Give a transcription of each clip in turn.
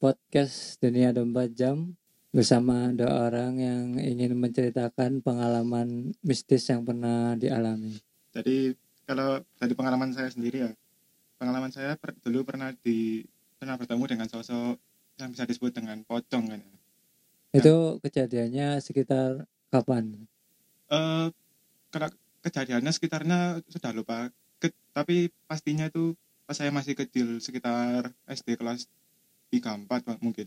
podcast Dunia 24 Jam bersama dua orang yang ingin menceritakan pengalaman mistis yang pernah dialami. Jadi kalau dari pengalaman saya sendiri ya, pengalaman saya per- dulu pernah di pernah bertemu dengan sosok yang bisa disebut dengan pocong kan. ya. Itu kejadiannya sekitar kapan? Eh, kalau kejadiannya sekitarnya sudah lupa, Ke- tapi pastinya itu pas saya masih kecil sekitar SD kelas 3 4 Pak, mungkin.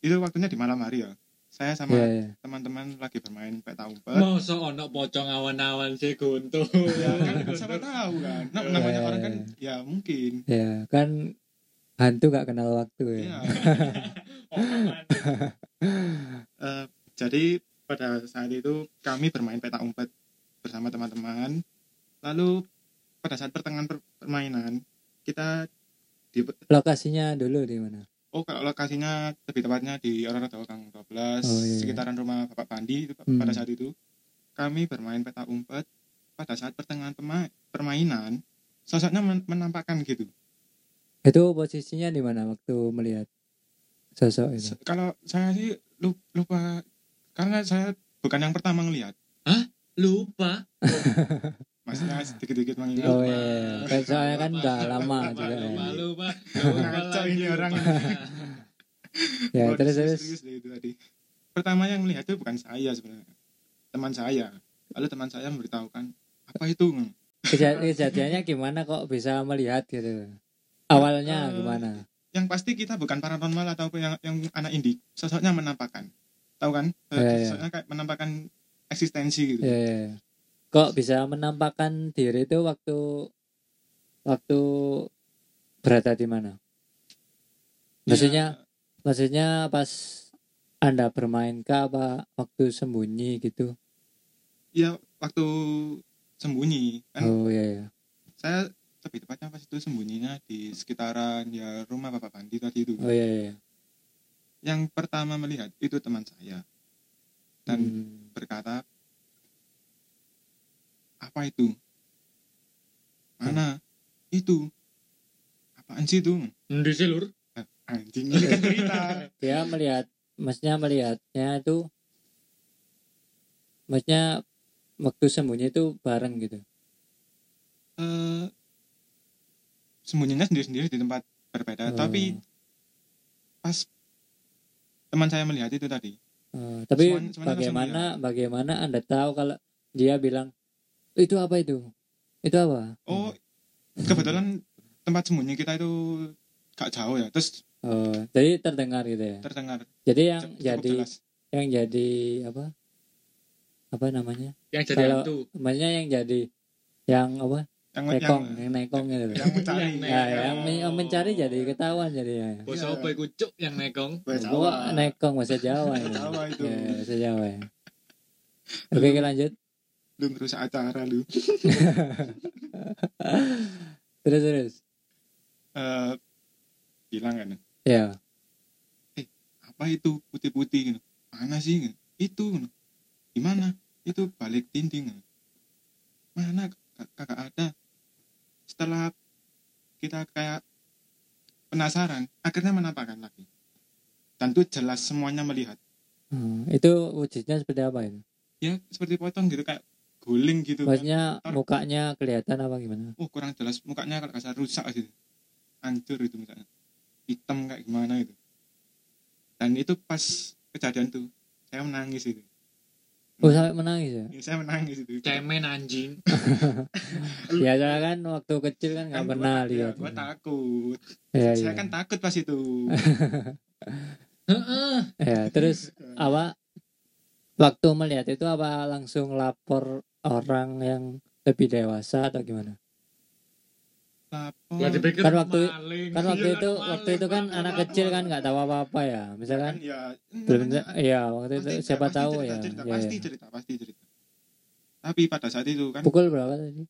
Itu waktunya di malam hari ya. Saya sama Ya, ya. teman-teman lagi bermain petak umpet. Masa ono pocong awan-awan sih guntu. Ya, kan siapa tahu kan. Nah, Ya, namanya ya, orang ya. kan ya mungkin. Ya, kan hantu gak kenal waktu ya. Ya. Eh, jadi pada saat itu kami bermain petak umpet bersama teman-teman. Lalu pada saat pertengahan per- permainan kita di Lokasinya dulu di mana? oh kalau lokasinya lebih tepatnya di Ororodo Gang 12 Oh, iya, iya. sekitaran rumah Bapak Pandi itu pa- Hmm. pada saat itu kami bermain petak umpet pada saat pertengahan pema- permainan sosoknya men- menampakkan gitu. Itu posisinya di mana waktu melihat sosok itu? Se- Kalau saya sih lu- lupa karena saya bukan yang pertama ngelihat. Lupa. Maksudnya sedikit-sedikit mengingat. Ah. Oh Lupa. iya, kan soalnya kan Lupa. udah lama Ah, Lupa, juga ya. Lupa, lupa. Kacau ini orang. Ya, Waduh, terus terus. serius deh itu tadi. Pertama yang melihat itu bukan saya sebenarnya. Teman saya. Lalu teman saya memberitahukan apa itu? Ngeng?" Keja- kejadiannya gimana kok bisa melihat gitu? Awalnya Eh, gimana? Yang pasti kita bukan paranormal atau yang, yang anak indie. Sosoknya menampakkan. Tahu kan? Iya, iya. Sosoknya kayak menampakkan eksistensi gitu. Ya, ya, ya. Kok bisa menampakkan diri itu waktu waktu berada di mana? Maksudnya Ya, maksudnya pas Anda bermain kah apa waktu sembunyi gitu? ya waktu sembunyi kan Oh ya ya. saya lebih tepatnya pas itu sembunyinya di sekitaran ya rumah Bapak Pandi tadi itu. Oh ya ya. Yang pertama melihat itu teman saya. Dan Hmm. berkata apa itu mana itu apaan sih itu Ndi sih lur. anjing ini kan cerita Dia melihat maksudnya melihatnya itu maksudnya waktu sembunyi itu bareng gitu. Eh, sembunyinya sendiri-sendiri di tempat berbeda Oh. tapi pas teman saya melihat itu tadi Eh, tapi Semuanya- semuanya bagaimana bagaimana Anda tahu kalau dia bilang itu apa itu? Itu apa? oh kebetulan tempat sembunyi kita itu gak jauh ya terus Oh, jadi terdengar gitu ya. terdengar Jadi yang cukup jadi jelas yang jadi apa? Apa namanya? Yang jadi Kalau- hantu. Namanya yang jadi yang apa? yang yang, Nekong, yang nekong gitu. Ya, yang mencari Yang Ah, ya, nekong. yang men- yang mencari jadi ketahuan jadi ya. Bos Iya. apa iku cuk yang nekong? Wes, Gua awal. nekong bahasa Jawa ya. Jawa itu. Ya, bahasa Jawa ya. Oke, oke, lanjut. lu merusak acara lu Terus terus. Eh, bilang kan Ya. apa itu putih-putih gitu mana sih gitu. itu gitu. gimana itu balik dinding gitu. mana kak- kakak ada setelah kita kayak penasaran akhirnya menampakkan lagi tentu jelas semuanya melihat Hmm, itu wujudnya seperti apa itu? ya seperti potong gitu kayak guling gitu kan. Maksudnya mukanya kelihatan apa gimana? oh kurang jelas mukanya kalau kasar rusak gitu hancur itu misalnya hitam kayak gimana itu dan itu pas kejadian tuh saya menangis itu Oh, sampai menangis ya? Ya, saya menangis itu. Cemen anjing. Ya, soalnya kan waktu kecil kan nggak Kan pernah gua- lihat. Iya, ya, gua takut. Ya, saya ya. kan takut pas itu. Heeh. Ya, terus apa waktu melihat itu apa langsung lapor orang yang lebih dewasa atau gimana? Lapor. Lah dipikir Kan waktu- maling. Kan Iya, waktu itu maling, waktu itu kan maling, anak maling. kecil kan nggak tahu apa-apa ya. Kan Misalkan ya. belum namanya- ya waktu pasti- itu siapa pasti tahu cerita, ya. Cerita, Ya, pasti ya. cerita, pasti cerita. Tapi pada saat itu kan Pukul berapa tadi?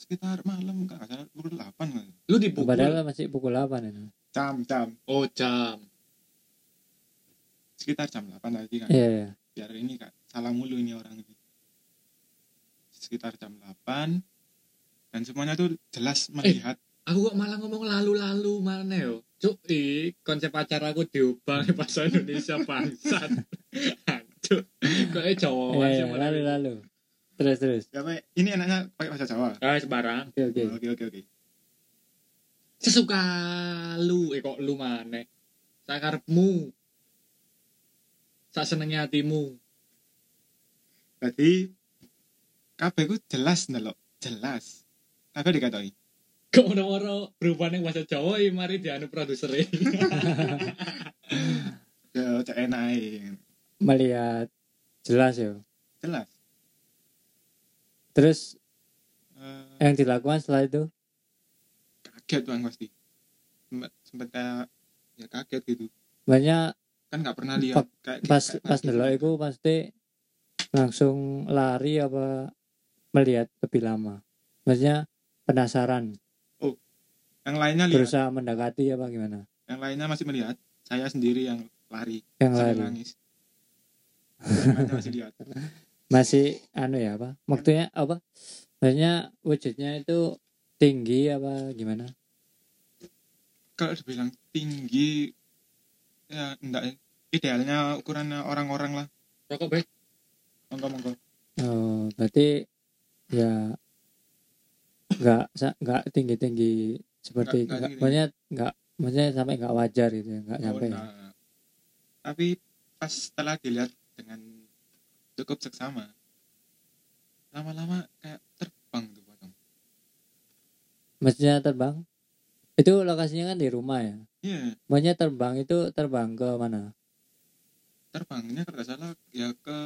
sekitar malam nggak salah pukul 8 kan. Lu dipukul. Padahal masih pukul 8 Iya. itu. Jam jam Oh jam. sekitar jam 8 tadi kan. Iya, iya. Biar ini kan salah mulu ini orang ini. Sekitar jam 8 Eh. dan semuanya tuh jelas melihat Aku kok malah ngomong lalu-lalu mana yo? Cuk, i, konsep acara aku diubah nih, bahasa Indonesia bangsat. Hancur. Kok e Oh, Jawa Eh, sih malah. lalu lalu. Terus terus. Ya, Pak, ini enaknya pakai bahasa Jawa. Ah, sembarang. Oke oke. Oke, oke, oke. Sesuka lu, eh kok lu maneh. Sakarepmu. Sak senenge hatimu. Berarti kabeh ku jelas ndelok, jelas. Kabeh dikatoi. Kok ono-ono berubah ning bahasa Jawa i mari dianu produser e. Ya, cek enak ae. Melihat jelas ya. Jelas. Terus Eh, yang dilakukan setelah itu kaget tuh pasti. Sempet sempet kayak ya kaget gitu. banyak Kan nggak pernah lihat kayak gitu. pas kayak- pas kayak- ndelok itu pasti langsung lari apa melihat lebih lama. Maksudnya penasaran, Yang lainnya lihat, berusaha mendekati apa gimana? yang lainnya masih melihat. Saya sendiri yang lari, Yang sambil lari. nangis. Yang lainnya masih lihat. masih anu ya apa maksudnya apa maksudnya wujudnya itu tinggi apa gimana Kalau dibilang tinggi ya enggak idealnya ukurannya orang-orang lah. Rokok be. Monggo monggo. oh berarti ya nggak sa- nggak tinggi tinggi seperti Nggak- nggak nggak- tinggi-tinggi. maksudnya nggak maksudnya sampai nggak wajar gitu ya nggak sampai Oh, nah. Tapi pas setelah dilihat dengan cukup seksama, lama-lama kayak terbang tuh pocong. maksudnya terbang itu lokasinya kan di rumah ya Iya, maksudnya terbang itu terbang ke mana terbangnya kalau nggak salah ya ke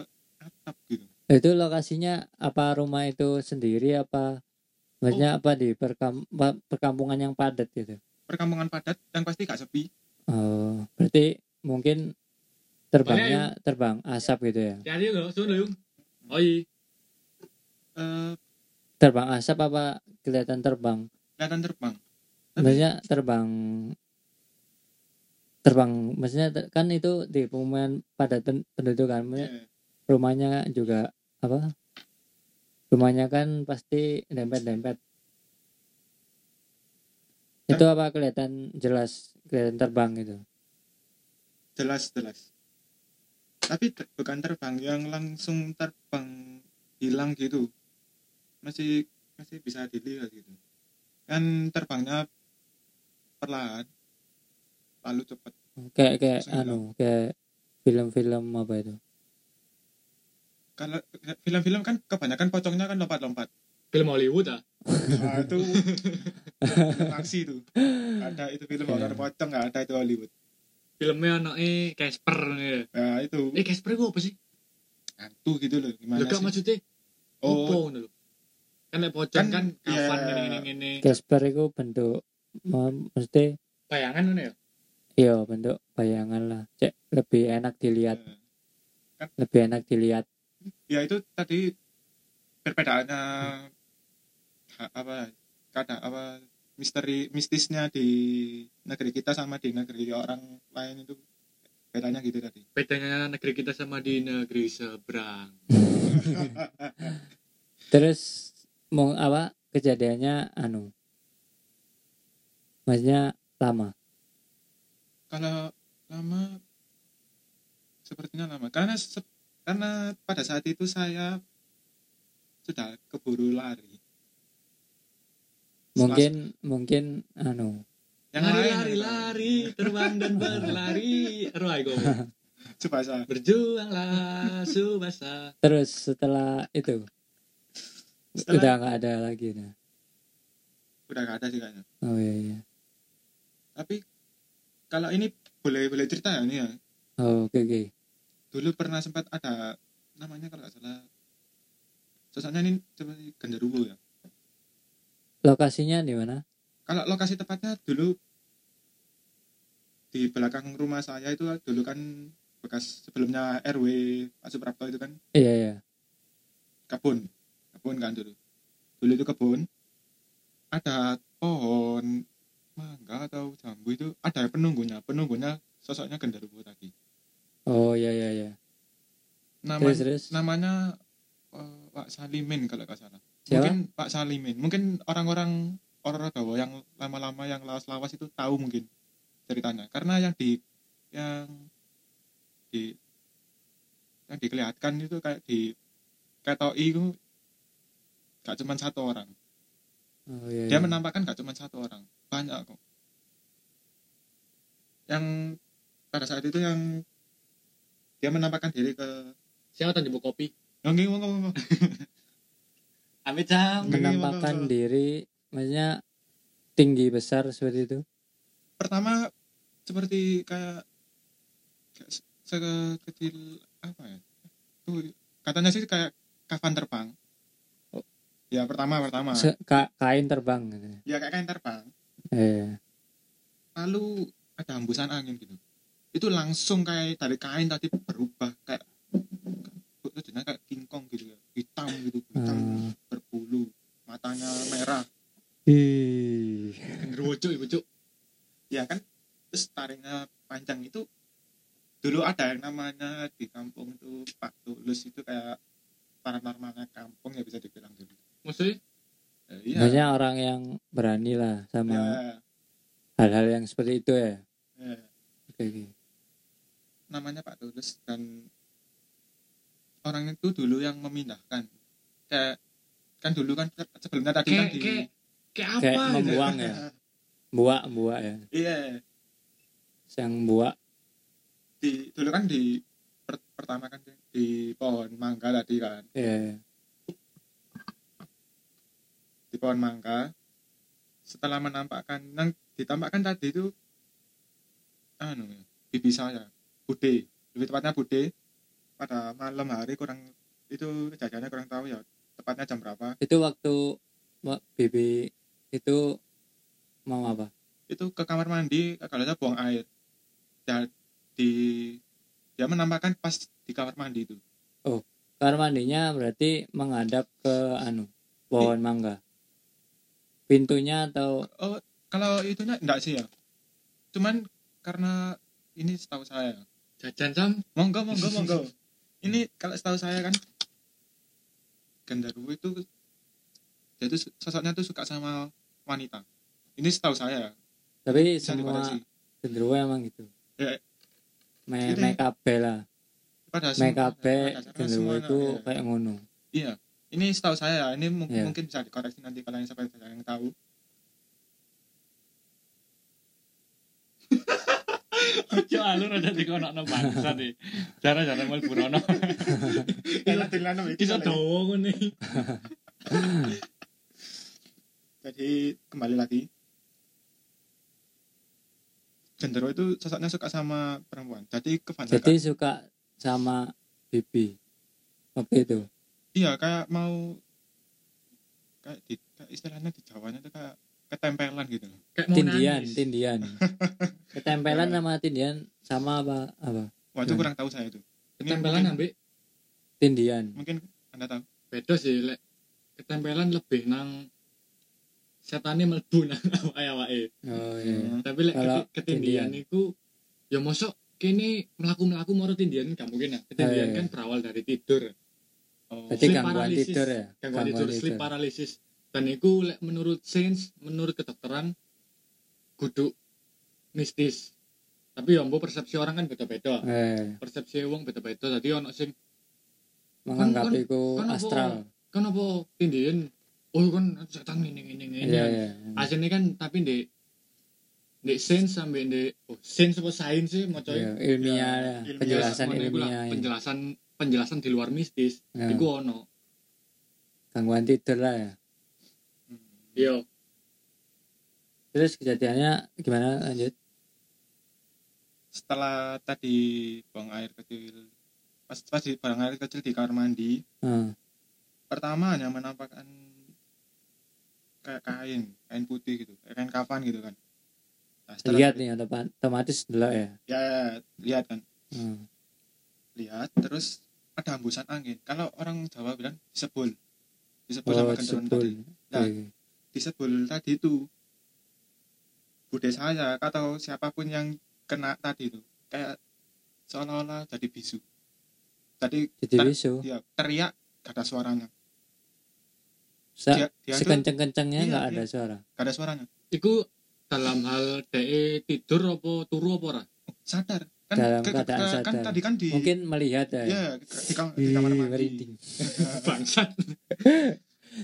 atap gitu. itu lokasinya apa rumah itu sendiri apa maksudnya apa di perkam- pa- perkampungan yang padat gitu Perkampungan padat yang pasti gak sepi. Oh, berarti mungkin terbangnya terbang asap gitu ya. Ya yo, sun yo. Oi, Eh, Terbang asap apa kelihatan terbang? kelihatan terbang. Maksudnya terbang terbang maksudnya te- kan itu di pemukiman padat pen- penduduk kan. Maksudnya Iya. rumahnya juga apa? Rumahnya kan pasti dempet-dempet. Itu apa kelihatan jelas kelihatan terbang gitu. jelas jelas. Tapi te- bukan terbang yang langsung terbang hilang gitu. Masih masih bisa dilihat gitu. Kan terbangnya perlahan lalu cepat Kayak kayak Saya anu, kayak film-film apa itu? kalau film-film kan kebanyakan pocongnya kan lompat-lompat film Hollywood ah. nah, itu film aksi itu Nggak ada itu film horor pocong nggak ada itu Hollywood Filmnya ono e Casper ngene lho. nah itu Eh Casper ku apa sih? hantu gitu loh gimana Lho gak sih maksudnya opo oh ngono lho. Kan nek pocong kan Kan, kapan ya. ngene ngene Casper itu bentuk ma- mesti Bayangan ngono ya. iya bentuk bayangan lah cek lebih enak dilihat eh, lebih enak dilihat ya itu tadi perbedaannya ha- apa kata apa misteri mistisnya di negeri kita sama di negeri orang lain itu bedanya gitu tadi Bedanya negeri kita sama di negeri seberang. terus mau apa kejadiannya anu maksudnya lama kalau lama sepertinya lama karena se- karena pada saat itu saya sudah keburu lari mungkin mungkin anu Setelah- yang lari lain lari lari terbang dan berlari. Aduh ayo. Tsubasa. Berjuanglah subasa. terus setelah itu Setelah- udah nggak ada lagi nah udah gak ada sih kayaknya oh iya, iya. tapi kalau ini boleh boleh cerita ya ini ya Oh, oke oke dulu pernah sempat ada namanya kalau nggak salah sosoknya ini seperti genderuwo ya lokasinya di mana kalau lokasi tepatnya dulu di belakang rumah saya itu dulu kan bekas sebelumnya RW Pak Suprapto itu kan iya iya kebun kebun kan dulu dulu itu kebun ada pohon mangga atau jambu itu ada penunggunya penunggunya sosoknya genderuwo tadi oh iya iya iya Nama, terus terus namanya eh, Pak Salimin kalau nggak salah siapa mungkin Pak Salimin mungkin orang-orang Ororogawa yang lama-lama yang lawas-lawas itu tahu mungkin ceritanya karena yang di yang di yang dikelihatan itu kayak di ketoi itu gak cuma satu orang Oh, iya, dia iya. menampakkan gak cuma satu orang banyak kok yang pada saat itu yang dia menampakkan diri ke Siapa tadi buku kopi? nggih ngomong ngomong Amit cang. menampakkan diri maksudnya tinggi besar seperti itu pertama seperti kayak kayak se- sekecil apa ya tuh katanya sih kayak kafan terbang Oh. ya pertama pertama Se- ka- kain terbang gitu. ya kayak kain terbang Eh, lalu ada hembusan angin gitu itu langsung kayak dari kain tadi berubah kayak itu jenisnya kayak King Kong gitu ya hitam gitu hitam Hmm. berbulu matanya merah Ih. Genderuwo cuk ibu cuk. ya kan terus taringnya panjang itu dulu ada yang namanya di kampung itu Pak Tulus itu kayak paranormalnya kampung ya bisa dibilang dulu Maksudnya? ya, iya maksudnya orang yang berani lah ya, sama hal-hal yang seperti itu ya ya. oke oke. namanya Pak Tulus dan orang itu dulu yang memindahkan kayak kan dulu kan sebelumnya tadi kan Kayak di kayak kayak Kayak apa? gitu? mem- Buang ya? buak buak ya iya yang buak di dulu kan di per- pertama kan di pohon mangga tadi kan ya di pohon mangga setelah menampakkan yang ditampakkan tadi itu anu bibi saya Bude lebih tepatnya Bude pada malam hari kurang itu kejadiannya kurang tahu ya tepatnya jam berapa itu waktu wa- bibi itu mau apa itu ke kamar mandi kalau saya buang air dan di dia menampakkan pas di kamar mandi itu kamar mandinya berarti menghadap ke anu pohon Iya. mangga pintunya atau oh kalau itunya enggak sih ya cuman karena ini setahu saya Jajan sam. monggo monggo monggo ini kalau setahu saya kan Gandarwo itu dia tuh sosoknya tuh suka sama wanita ini setahu saya tapi bisa semua dikoreksi genderuwo emang gitu Ya. Me Gitu ya. make up lah pada make up pada dasarnya genderuwo semua itu anak, iya. kayak ngono iya ini setahu saya ya, ini mung- Iya. mungkin bisa dikoreksi nanti kalau yang sampai yang tahu Cuk alur ada di kono no bangsa nih. Cara-cara mal burono. Iso dawa ngene. jadi kembali lagi Gandarwo itu sosoknya suka sama perempuan jadi kebanyakan jadi suka sama bibi waktu itu iya kayak mau kayak di kayak istilahnya di Jawanya itu kayak ketempelan gitu loh Kayak mau tindian nangis. tindian ketempelan sama tindian sama apa apa wah itu Hmm. kurang tahu saya itu Ini Ketempelan ambek tindian mungkin, mungkin anda tahu beda sih lek ketempelan lebih nang setane mlebu nang awake-awake. oh iya Hmm. Tapi lek Kalau keti- ketindian iku ya mosok kene melaku-melaku moro tindian gak mungkin lah. Ketindian Eh. kan berawal dari tidur. oh berarti Sleep gangguan paralysis. tidur ya Gangguan tidur, sleep paralysis. Dan iku lek menurut sains, menurut kedokteran kudu mistis. Tapi ya mbok persepsi orang kan beda-beda. eh Persepsi wong beda-beda. Dadi ono sing menganggap Kan- itu kan apa- astral kan apa tindian oh kan setan ngene ngene ngene iya iya aslinya kan tapi di di sains sampai di oh sains apa sains sih mau Iya, coy ilmiah Ya, ya, ilmiah, penjelasan Semuanya itu gitu lah, ilmiah ya. penjelasan penjelasan di luar mistis Ya, itu ono gangguan tidur lah ya Hmm. iya terus kejadiannya gimana lanjut setelah tadi buang air kecil pas pas di buang air kecil di kamar mandi Heeh. pertama hanya menampakkan kayak kain kain putih gitu kayak kain kafan gitu kan Nah, setelah- lihat nih otom- otomatis dulu ya Nah, ya, ya, ya, lihat kan Heeh. lihat terus ada hembusan angin kalau orang Jawa bilang disebul disebul oh sama gendron sebul tadi Nah, disebul tadi itu bude saya atau siapapun yang kena tadi itu kayak seolah-olah jadi bisu tadi jadi ter- bisu dia teriak gak ada suaranya Sa- dia, Nah, dia tuh sekenceng-kencengnya Iya, nggak iya. ada suara gak ada suaranya itu dalam hal de tidur apa turu apa ora? sadar kan Dalam ke- ke- keadaan ke- kan sadar. tadi kan di mungkin melihat ya. ya di, kam- di Ih, kamar mandi merinding. Bangsat.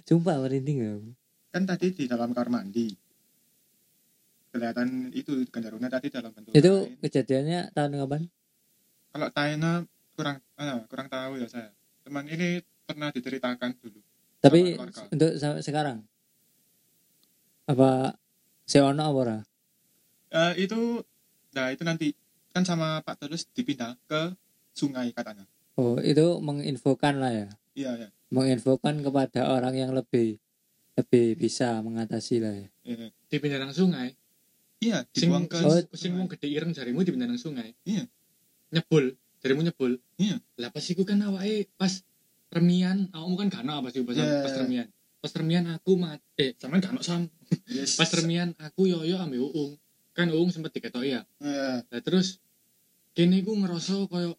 Sumpah merinding ya. aku. kan tadi di dalam kamar mandi kelihatan itu gendaruna tadi dalam bentuk Itu kain. kejadiannya tahun kapan? kalau Taina kurang ah, kurang tahu ya saya teman ini pernah diceritakan dulu Tapi keluarga. untuk sa- sekarang apa seono apa ora? Eh, itu nah itu nanti kan sama Pak Tulus dipindah ke sungai katanya Oh, itu menginfokan lah ya. iya iya Menginfokan kepada orang yang lebih lebih bisa mengatasi lah ya. iya Di pinggiran sungai. iya Sing dibuang ke Oh. sungai. sing wong gede ireng jarimu di pinggiran sungai. Iya. Nyebul, jarimu nyebul. Iya. Lah pas iku kan awake pas remian, awakmu kan gak ono pas iku pas, Iya. pas remian. Pas remian aku mati, eh sampean gak ono sam. Yes. Pas remian aku yoyo ambil Uung. Kan Uung sempet diketoki ya. Iya. Lah terus kene iku ngerasa koyo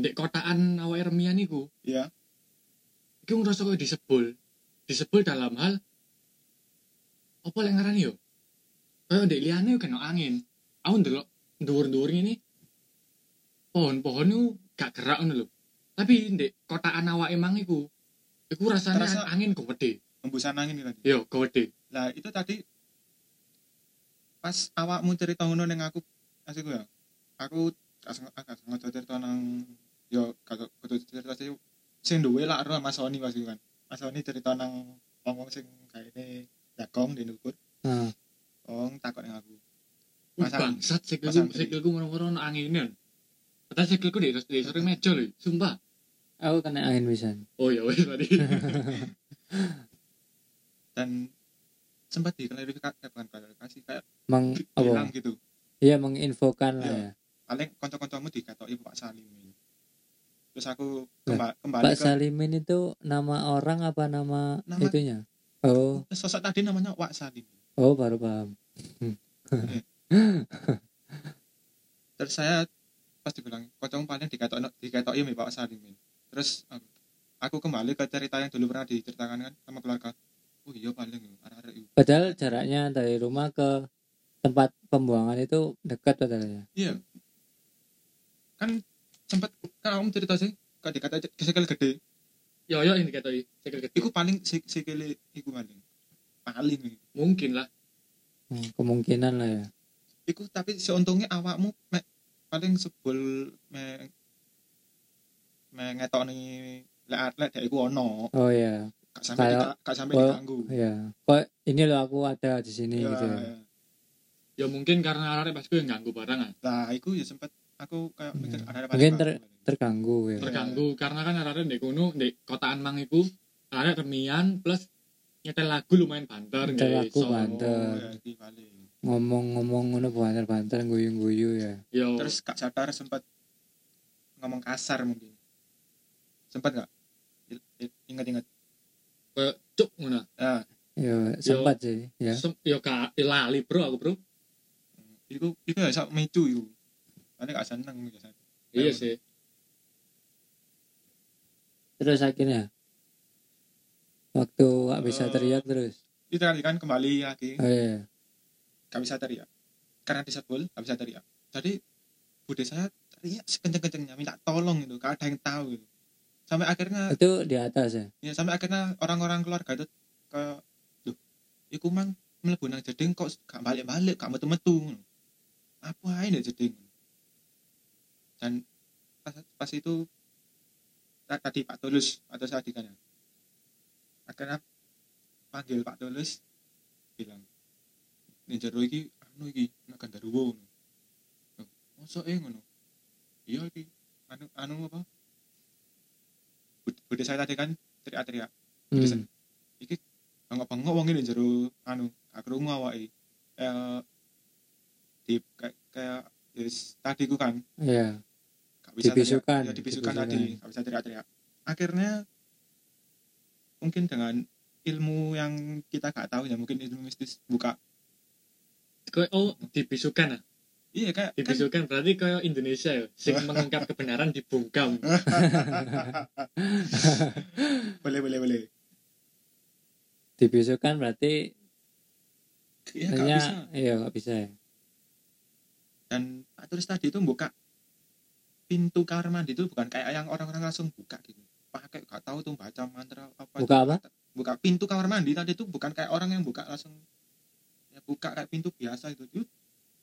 ndek kotaan awake remian iku. Iya. Iku ngerasa koyo disebul. Disebul dalam hal apa lek ngarani yo? Koyo ndek liyane yo kena angin. Aku ndelok dhuwur-dhuwur ngene pohon-pohon itu gak gerak ngono lho. Tapi ndek kotaan awake mang iku iku rasanya Terasa- angin kok gede. embusan angin itu tadi Yo, kok gede. lah itu tadi pas awakmu cerita ngono ning aku asik ya aku gak seng- agak sengaja cerita nang yo kagak kudu cerita sih sing duwe lak ro Mas Sony pas itu kan Mas Sony cerita nang wong-wong sing gaene jagong di Nukur Hmm. Nah, wong takut nang aku Wih, Pasang. bangsat Pasang sikilku sendiri. sikilku ngono-ngono ana anginan. Padahal sikilku di di sore meja lho, sumpah. aku kena angin pisan. Oh ya wis tadi. dan sempat diklarifikasi eh, bukan klarifikasi kayak Meng bilang apa? gitu Iya, menginfokan lah Iya. ya. paling kanca-kancamu dikatoki Pak Salim terus aku Lah, kemba- kembali Pak ke Salimin itu nama orang apa nama, Nama- itunya? Oh, sosok tadi namanya Wak Salim oh baru paham. terus saya pas dibilang kocong paling diketok diketoki mbak Pak Salimin terus aku, aku kembali ke cerita yang dulu pernah diceritakan kan sama keluarga oh iya paling arah-arah itu Padahal jaraknya dari rumah ke tempat pembuangan itu dekat padahal ya. kan sempat kan kamu cerita sih kok dikata sikil gede Yo yo ini ketoi, sikil gede. itu paling si- sikil itu paling paling ya." Mungkin lah. Hmm, Kemungkinan lah ya. itu tapi seuntungnya awakmu me, paling sebel me, me ngetok nih lek lek dek iku ono Oh ya, gak sampai Kayak- dika- gak sampai Oh, diganggu ya. Kok ini loh aku ada di sini Ya, gitu. Ya. Ya mungkin karena arek pas gue ganggu ah. barangan. Nah, itu ya sempat aku Iya. kayak mikir "Ah, ada apa Mungkin Terganggu ya. Ter- Terganggu karena kan arek ndek kono ndek kotaan mang iku arek remian plus nyetel lagu lumayan banter Nyetel nggak lagu iso. banter. Oh, ya, Ngomong-ngomong ngono banter-banter guyu-guyu ya. Yo Terus Kak Sadar sempat ngomong kasar mungkin. Sempat nggak? I- i- Ingat-ingat. koyo cuk ngono. Nah, Ya sempat sih ya. Sem- Yo ka eh, lali bro aku bro. itu itu ya sak micu itu. Karena gak seneng ya. saya. Iya Ayo. sih. Terus akhirnya waktu gak bisa Eh, teriak terus. Itu tadi kan kembali lagi, Oh iya. gak bisa teriak. Karena disebul, gak bisa teriak. Jadi bude saya teriak sekenceng-kencengnya minta tolong itu, gak ada yang tahu gitu. Sampai akhirnya Itu di atas ya. ya sampai akhirnya orang-orang keluarga itu ke duh iku mang mlebu nang jeding kok gak balik-balik gak metu-metu apa ae nek jeding dan pas, pas itu ta- tadi Pak Tulus atau saya adiknya akhirnya panggil Pak Tulus bilang ning jero iki anu iki anak Gandarwo ngono Loh, mosok e ngono iya iki anu anu apa Bud- Bude saya tadi kan teriak-teriak Terus- Hmm. bengok-bengok wong ini jero anu gak krungu awake eh di kayak kayak yes, tadi ku kan Iya. gak bisa teriak. Dibisukan, ya, dibisukan dibisukan. tadi gak bisa teriak-teriak akhirnya mungkin dengan ilmu yang kita gak tahu ya mungkin ilmu mistis buka Koyo oh dibisukan ah. iya kayak kan- Dibisukan berarti koyo Indonesia yo sing mengungkap kebenaran dibungkam. boleh boleh boleh Dibisukan berarti ya gak hanya bisa iya gak bisa ya dan Pak Turis tadi itu buka pintu kamar mandi itu bukan kayak yang orang-orang langsung buka gitu pakai gak tahu tuh baca mantra apa gitu. Buka apa? buka pintu kamar mandi tadi itu bukan kayak orang yang buka langsung ya buka kayak pintu biasa gitu itu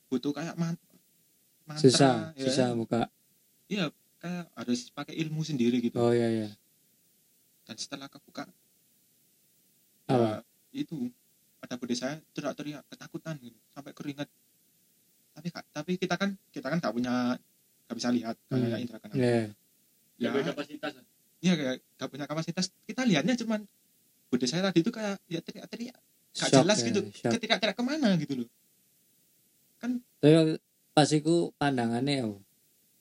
butuh kayak man- mantra susah ya. susah buka kayak harus pakai ilmu sendiri gitu oh iya iya dan setelah kebuka Apa? ya, itu pada budi saya teriak-teriak ketakutan gitu sampai keringat tapi nggak- tapi kita kan kita kan nggak punya nggak bisa lihat nggak Hmm. punya indra kenam iya ya, beda kapasitas ah. lah. iya kayak nggak punya kapasitas kita lihatnya cuman budi saya tadi itu kayak ya teriak-teriak nggak Shock jelas ya, gitu shock. ketika teriak kemana gitu loh tapi pas iku pandangannya ya Bu.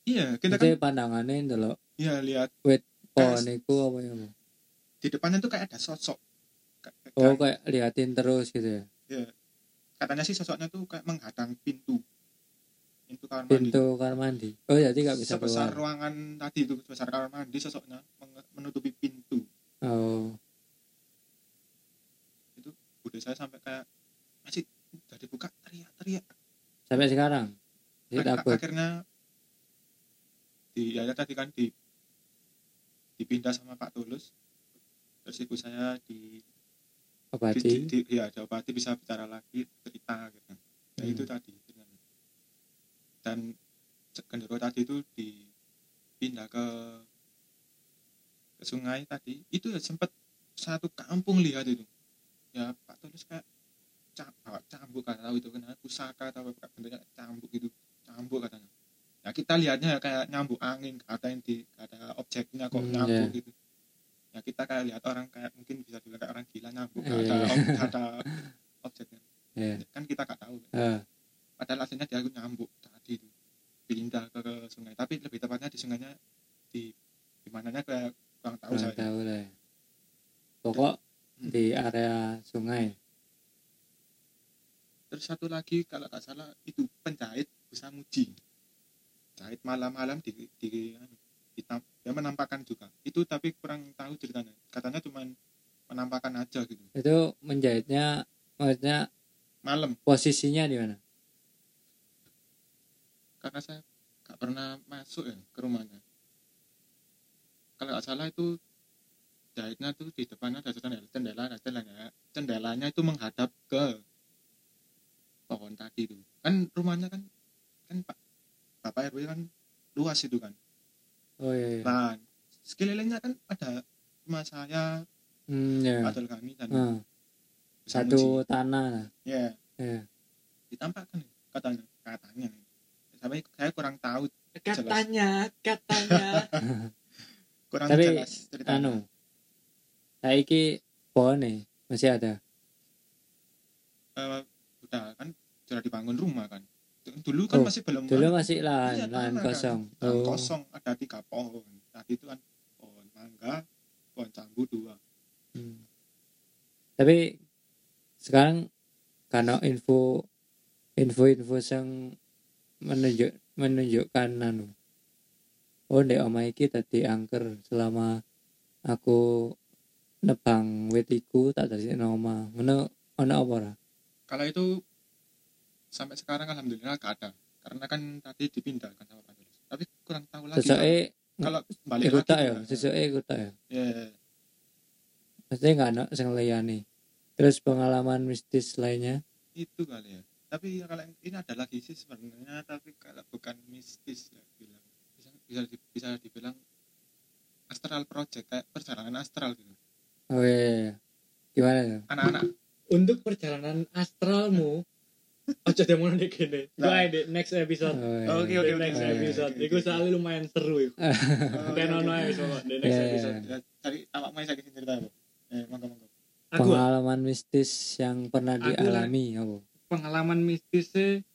iya kita kan Maksudnya pandangannya ndelok ya lihat pohon Kas- iku apa ya Bu? di depannya tuh kayak ada sosok Kayak- oh kayak- kayak liatin terus gitu ya katanya sih sosoknya tuh kayak menghadang pintu pintu kamar mandi pintu kamar mandi oh jadi nggak bisa sebesar keluar ruangan tadi itu sebesar kamar mandi sosoknya menge- menutupi pintu oh udah saya sampai kayak masih udah dibuka teriak-teriak sampai sekarang jadi Ak- takut akhirnya di ya tadi kan di dipindah sama Pak Tulus terus ibu saya di di, obati di- di- ya diobati bisa bicara lagi cerita gitu ya Hmm. itu tadi dengan- dan se- genderuwo tadi itu dipindah ke ke sungai tadi itu ya sempat satu kampung lihat itu ya Pak Tulus kayak cam, bawa cambuk gak tahu itu kenapa pusaka atau apa bentuknya kayak cambuk gitu cambuk katanya ya kita lihatnya ya kayak nyambuk angin gak ada yang di gak ada objeknya kok Hmm, nyambuk gitu ya kita kayak lihat orang kayak mungkin bisa juga kayak orang gila nyambuk gak ada, Iya. ob- gak ada objeknya ya kan kita gak tahu Ah, padahal aslinya dia nyambuk tadi itu pindah ke, ke sungai tapi lebih tepatnya di sungainya di di mananya kayak kurang tahu kurang saya tahu lah ya. pokok Hmm. di area sungai terus satu lagi kalau nggak salah itu penjahit bisa muji jahit malam-malam di di anu, hitam dia menampakkan juga itu tapi kurang tahu ceritanya katanya cuman menampakkan aja gitu itu menjahitnya maksudnya malam posisinya di mana karena saya nggak pernah masuk ya ke rumahnya kalau nggak salah itu jahitnya tuh di depannya ada jendela jendela ada jendela jendelanya itu menghadap ke pohon tadi itu kan rumahnya kan kan pak bapak rw kan luas itu kan oh iya, iya. nah sekelilingnya kan ada rumah saya Hmm, ya. Pak Abdul kami dan Ah, Bu Samuji. satu tanah lah. ya Ya. ditampakkan katanya katanya sampai saya kurang tahu Katanya, katanya. kurang Tapi, jelas ceritanya anu saiki pohon nih masih ada Hmm. eh udah kan sudah dibangun rumah kan dulu kan Oh, masih belum dulu kan, masih lahan Iya, lahan tanah kan. kosong lahan oh kosong ada tiga pohon tadi itu kan pohon mangga pohon jambu dua Hmm. tapi sekarang karena info info-info yang menunjuk menunjukkan anu oh ndek omah iki tadi angker selama aku nebang wit iku tak dari omah ngono ono apa ora kalau itu sampai sekarang alhamdulillah gak ada karena kan tadi dipindah kan sama Pak Tulus. tapi kurang tahu lagi sesuai kalau kalau balik ikut tak lagi kan. ya gimana. sesuai ikut tak ya Iya, iya, iya. Maksudnya nggak ada yang layani. Terus pengalaman mistis lainnya, itu kali ya tapi ya kalau yang- ini ada lagi sih sebenarnya tapi kalau bukan mistis ya bilang bisa bisa, di- bisa dibilang astral project kayak perjalanan astral gitu oh iya, iya, iya. gimana ya? anak-anak Untuk perjalanan astralmu, ojo demono dek kene. Nah. Gue dek next episode. Oh, iya. Oke, oke, Dek next oke, episode. oke, oke, Iku oke. soalnya lumayan seru iku. Oh, Ben iya, ono iya. ae soalnya, dek Iya, next iya. episode. Ya, cari awak main sakit cerita apa? Eh, monggo monggo. Aku ah, Pengalaman mistis yang pernah Aku lah. dialami, apa? e, pengalaman mistisnya